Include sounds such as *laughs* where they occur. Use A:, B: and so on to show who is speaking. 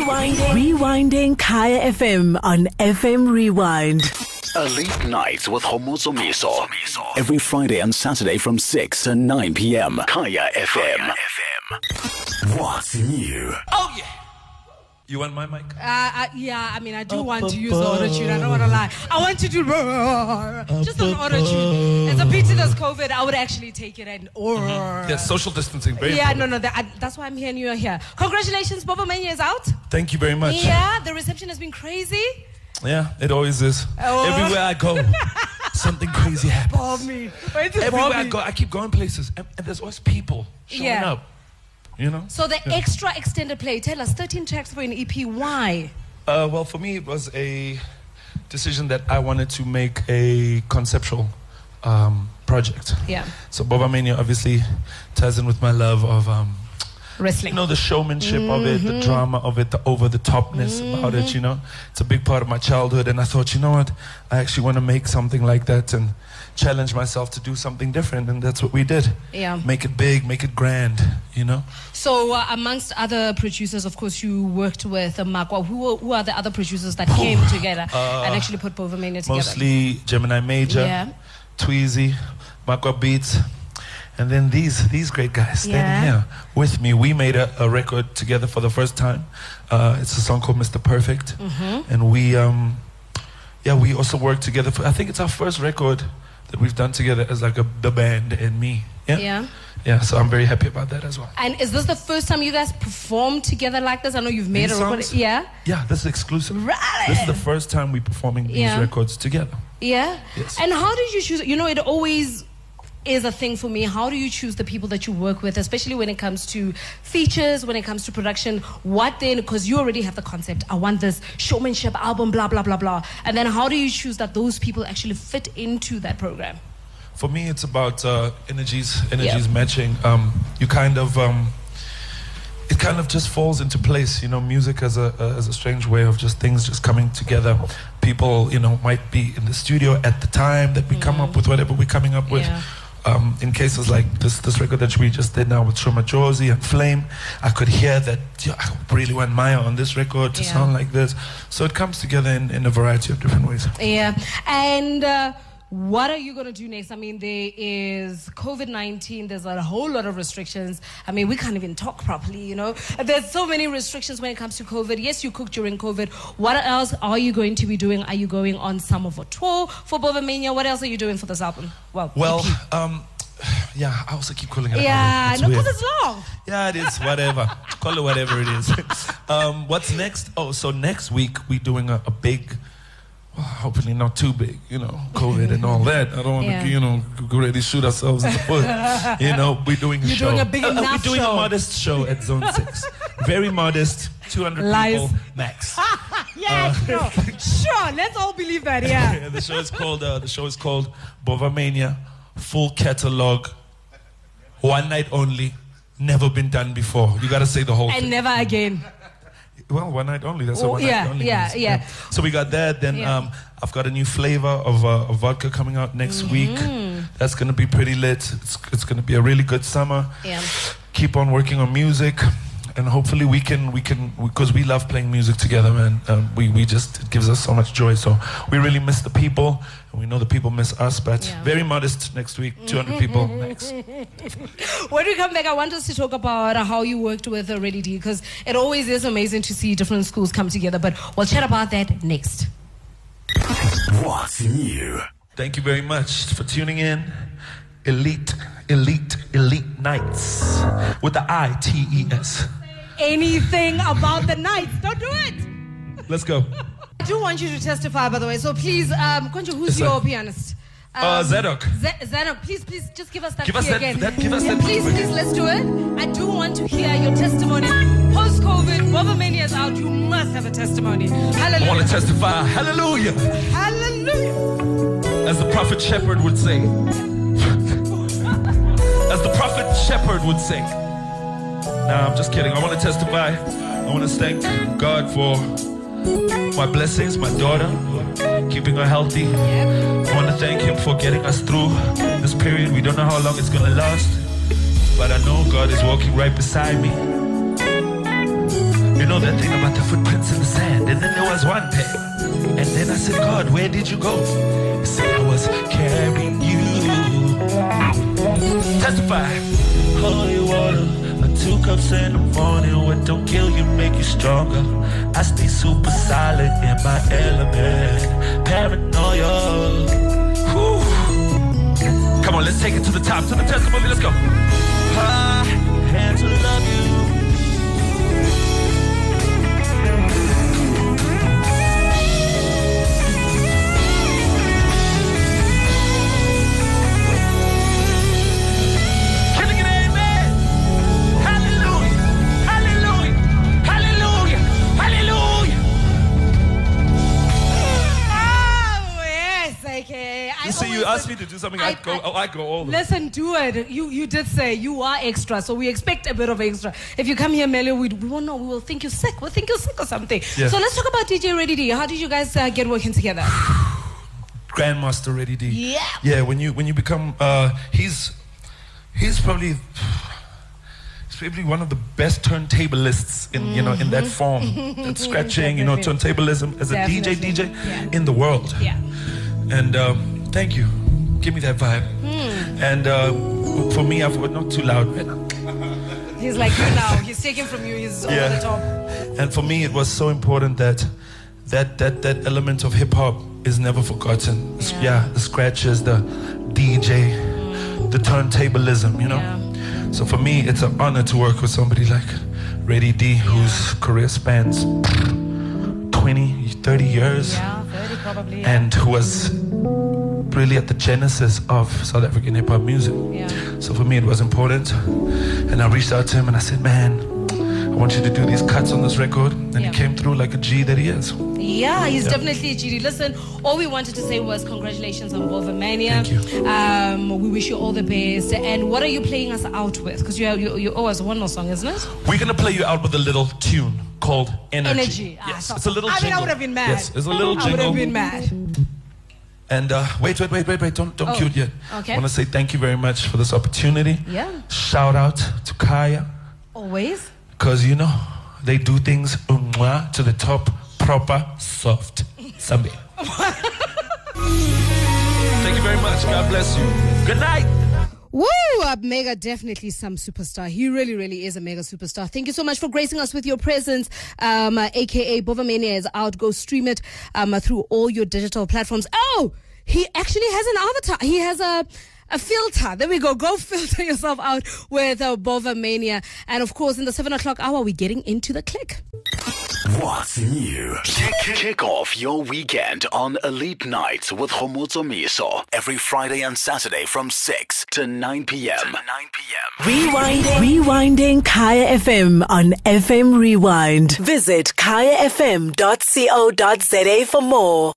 A: Rewinding. Rewinding Kaya FM on FM Rewind.
B: A late night with Homozo Miso. Every Friday and Saturday from 6 to 9 p.m. Kaya FM. What's new?
C: You want my mic?
D: Uh, uh, yeah, I mean, I do want to use the auto tune. I don't want to lie. I want to do roar, just an auto tune. As a pity there's COVID, I would actually take it and or.
C: Yeah, social distancing. Mm-hmm. Very
D: Yeah, no,
C: important.
D: no, that, I, that's why I'm here and you're here. Congratulations, Boba Mania is out.
C: Thank you very much.
D: Yeah, the reception has been crazy.
C: Yeah, it always is.
D: Oh.
C: Everywhere I
D: *laughs*
C: go, something crazy happens.
D: Bobby. Wait, this
C: Everywhere I
D: Bobby.
C: go, I keep going places, and, and there's always people showing
D: Yeah.
C: up. You know.
D: So the
C: Yeah.
D: extra extended play, tell us, 13 tracks for an EP, why?
C: Uh, well, for me, it was a decision that I wanted to make a conceptual um, project.
D: Yeah.
C: So Boba Mania obviously ties in with my love of. Um,
D: Wrestling.
C: you know the showmanship of it, the drama of it, the over the topness about it. You know, it's a big part of my childhood, and I thought, you know what, I actually want to make something like that and challenge myself to do something different, and that's what we did.
D: Yeah.
C: make it big, make it grand. You know,
D: So, uh, amongst other producers, of course, you worked with uh, Makwa. Who, were- who are the other producers that came together and actually put Boba Mania together?
C: Uh, mostly Gemini Major,
D: Yeah.
C: Tweezy, Makwa Beats. And then these these great guys
D: Yeah.
C: standing here with me. We made a, a record together for the first time. Uh, it's a song called Mr. Perfect,
D: Mm-hmm.
C: and we um, yeah we also worked together. For, I think it's our first record that we've done together as like a, the band and me. Yeah?
D: Yeah.
C: yeah. So I'm very happy about that as well.
D: And is this the first time you guys performed together like this? I know you've made
C: These
D: a record.
C: songs?
D: Yeah.
C: Yeah, this is exclusive.
D: Right.
C: This is the first time we're performing these
D: Yeah.
C: records together.
D: Yeah.
C: Yes.
D: And how did you choose? You know, it always is a thing for me. How do you choose the people that you work with, especially when it comes to features, when it comes to production? What then? Because you already have the concept. I want this showmanship album, blah, blah, blah, blah. And then how do you choose that those people actually fit into that program?
C: For me, it's about uh, energies, energies matching. Um, you kind of, um, it kind of just falls into place. You know, music as a uh, as a strange way of just things just coming together. People, you know, might be in the studio at the time that we come up with whatever we're coming up with.
D: Mm-hmm. Yeah.
C: Um, in cases like this, this record that we just did now with Shoma Josie and Flame, I could hear that yeah, I really want Maya on this record to
D: Yeah.
C: sound like this. So it comes together in, in a variety of different ways.
D: Yeah. And uh, what are you going to do next? I mean, there is COVID 19, there's a whole lot of restrictions. I mean, we can't even talk properly, you know? There's so many restrictions when it comes to COVID. Yes, you cook during COVID. What else are you going to be doing? Are you going on some of a tour for Boba Mania? What else are you doing for this album? Well,
C: Well,
D: EP.
C: um, yeah, I also keep calling it. an album.
D: yeah,
C: It's
D: no,
C: weird.
D: because it's long.
C: Yeah, it is. Whatever. Call it whatever it is. um, what's next? Oh, so next week we're doing a, a big, well, hopefully not too big, you know, COVID and all that. I don't want to,
D: Yeah.
C: you know, g- g- really shoot ourselves in the foot.
D: *laughs*
C: You know, we're doing a
D: You're
C: show.
D: doing a big enough
C: We're doing
D: show.
C: a modest show at Zone 6. Very modest, 200
D: Lies.
C: people max.
D: Yeah, sure. sure. Let's all believe that, yeah.
C: *laughs* Yeah, the show is called uh, the show is called Bovamania Full Catalog One Night Only Never Been Done Before. You gotta say the whole
D: and
C: thing.
D: never again.
C: Well, one night only. That's
D: Oh,
C: what one
D: yeah,
C: night only.
D: yeah,
C: means.
D: yeah.
C: So we got that. Then
D: Yeah.
C: um, I've got a new flavor of, uh, of vodka coming out next
D: Mm-hmm.
C: week. That's gonna be pretty lit. It's, it's gonna be a really good summer.
D: Yeah.
C: Keep on working on music. And hopefully we can we can because we love playing music together, man. Um, we we just it gives us so much joy. So we really miss the people, and we know the people miss us. But
D: Yeah. Mm-hmm,
C: very modest next week, 200 people next.
D: When we come back, I want us to talk about uh, how you worked with uh, Ready D because it always is amazing to see different schools come together. But we'll chat about that next.
B: What's new?
C: Thank you very much for tuning in. Elite, elite, elite nights with the I T E S.
D: Anything about the night? Don't do it.
C: Let's go.
D: I do want you to testify, by the way. So please, um, Konjo,
C: Yes,
D: who's
C: sir.
D: your pianist? Um,
C: Uh, Zadok.
D: Z- Zadok, please, please, just give us that
C: Give us
D: key
C: that-
D: again.
C: that- give us that
D: Please,
C: key again.
D: please, let's do it. I do want to hear your testimony. Post COVID, Boba Mania is out. You must have a testimony.
C: I want
D: Hallelujah.
C: to testify. Hallelujah.
D: Hallelujah.
C: As the prophet shepherd would say. As the prophet shepherd would say. Nah, I'm just kidding. I want to testify. I want to thank God for my blessings, my daughter, keeping her healthy. I want to thank Him for getting us through this period. We don't know how long it's going to last, but I know God is walking right beside me. You know that thing about the footprints in the sand? And then there was one pair. And then I said, God, where did you go? He said, I was carrying you. Testify. Holy water. my Two cups in the morning, what don't kill you make you stronger. I stay super solid in my element. Paranoia. Whew. Come on, let's take it to the top, to the testimony, let's go. I had to love you. Can I get an amen? Hallelujah. Hallelujah. Hallelujah. Hallelujah.
D: Oh, yes, okay. I
C: You see, you
D: always
C: asked
D: said-
C: me to do something,
D: I-
C: I, go,
D: I-
C: oh, I go all the way.
D: Listen, do it. You you did say you are extra, so we expect a bit of extra. If you come here, Melio, we, we won't know. We will think you're sick. We'll think you're sick or something.
C: Yeah.
D: So let's talk about DJ Ready D. How did you guys uh, get working together?
C: Grandmaster Ready D.
D: Yeah.
C: Yeah, when you when you become uh he's he's probably he's probably one of the best turntablists in you know in that
D: Mm-hmm.
C: form.
D: *laughs*
C: That scratching, you know, turntablism as a
D: Definitely.
C: DJ DJ
D: Yeah.
C: in the world.
D: Yeah.
C: And um, thank you. Give me that vibe.
D: Hmm.
C: And uh, for me, I've not too loud, man.
D: He's like you now. He's taking from you. He's over the top.
C: And for me, it was so important that that that that element of hip hop is never forgotten. It's-
D: Yeah.
C: Yeah. the scratches, the DJ, the turntablism, you know. So for me, it's an honor to work with somebody like Ready D, whose career spans 20, 30 years,
D: Yeah, very probably.
C: and who was really at the genesis of South African hip hop music.
D: Yeah.
C: So for me, it was important. And I reached out to him and I said, Man, I want you to do these cuts on this record. And
D: Yeah.
C: he came through like a G that he is.
D: Yeah, he's definitely a GD. Listen, all we wanted to say was congratulations on Wolvermania.
C: Thank you.
D: Um, we wish you all the best. And what are you playing us out with? Because you, you you owe us one more song, isn't it?
C: We're going to play you out with a little tune called Energy.
D: Energy. Ah,
C: Yes.
D: so-
C: it's a little
D: I mean, I
C: jingle.
D: would have been mad.
C: Yes, it's a little
D: I would
C: jingle.
D: have been mad.
C: And uh, wait, wait, wait, wait, wait. Don't, don't
D: Oh,
C: cue it yet.
D: okay.
C: I want to say thank you very much for this opportunity.
D: Yeah.
C: Shout out to Kaya,
D: Always.
C: because, you know, they do things um, mwah, to the top, proper, soft. Sambi. thank you very much. God bless you. Good night.
D: Woo! Uh, Mega definitely some superstar. He really, really is a mega superstar. Thank you so much for gracing us with your presence. Um, uh, AKA Bovamania is out. Go stream it um, uh, through all your digital platforms. Oh, he actually has an avatar. He has a. A filter. There we go. Go *laughs* filter yourself out with uh, Bovamania. And of course, in the seven o'clock hour, we're getting into the click.
B: What's new? Kick, kick off your weekend on Elite Nights with Homozo Miso every Friday and Saturday from 6 to 9 p.m. To 9 p.m.
A: Rewinding. Rewinding Kaya FM on FM Rewind. Visit kayafm.co.za for more.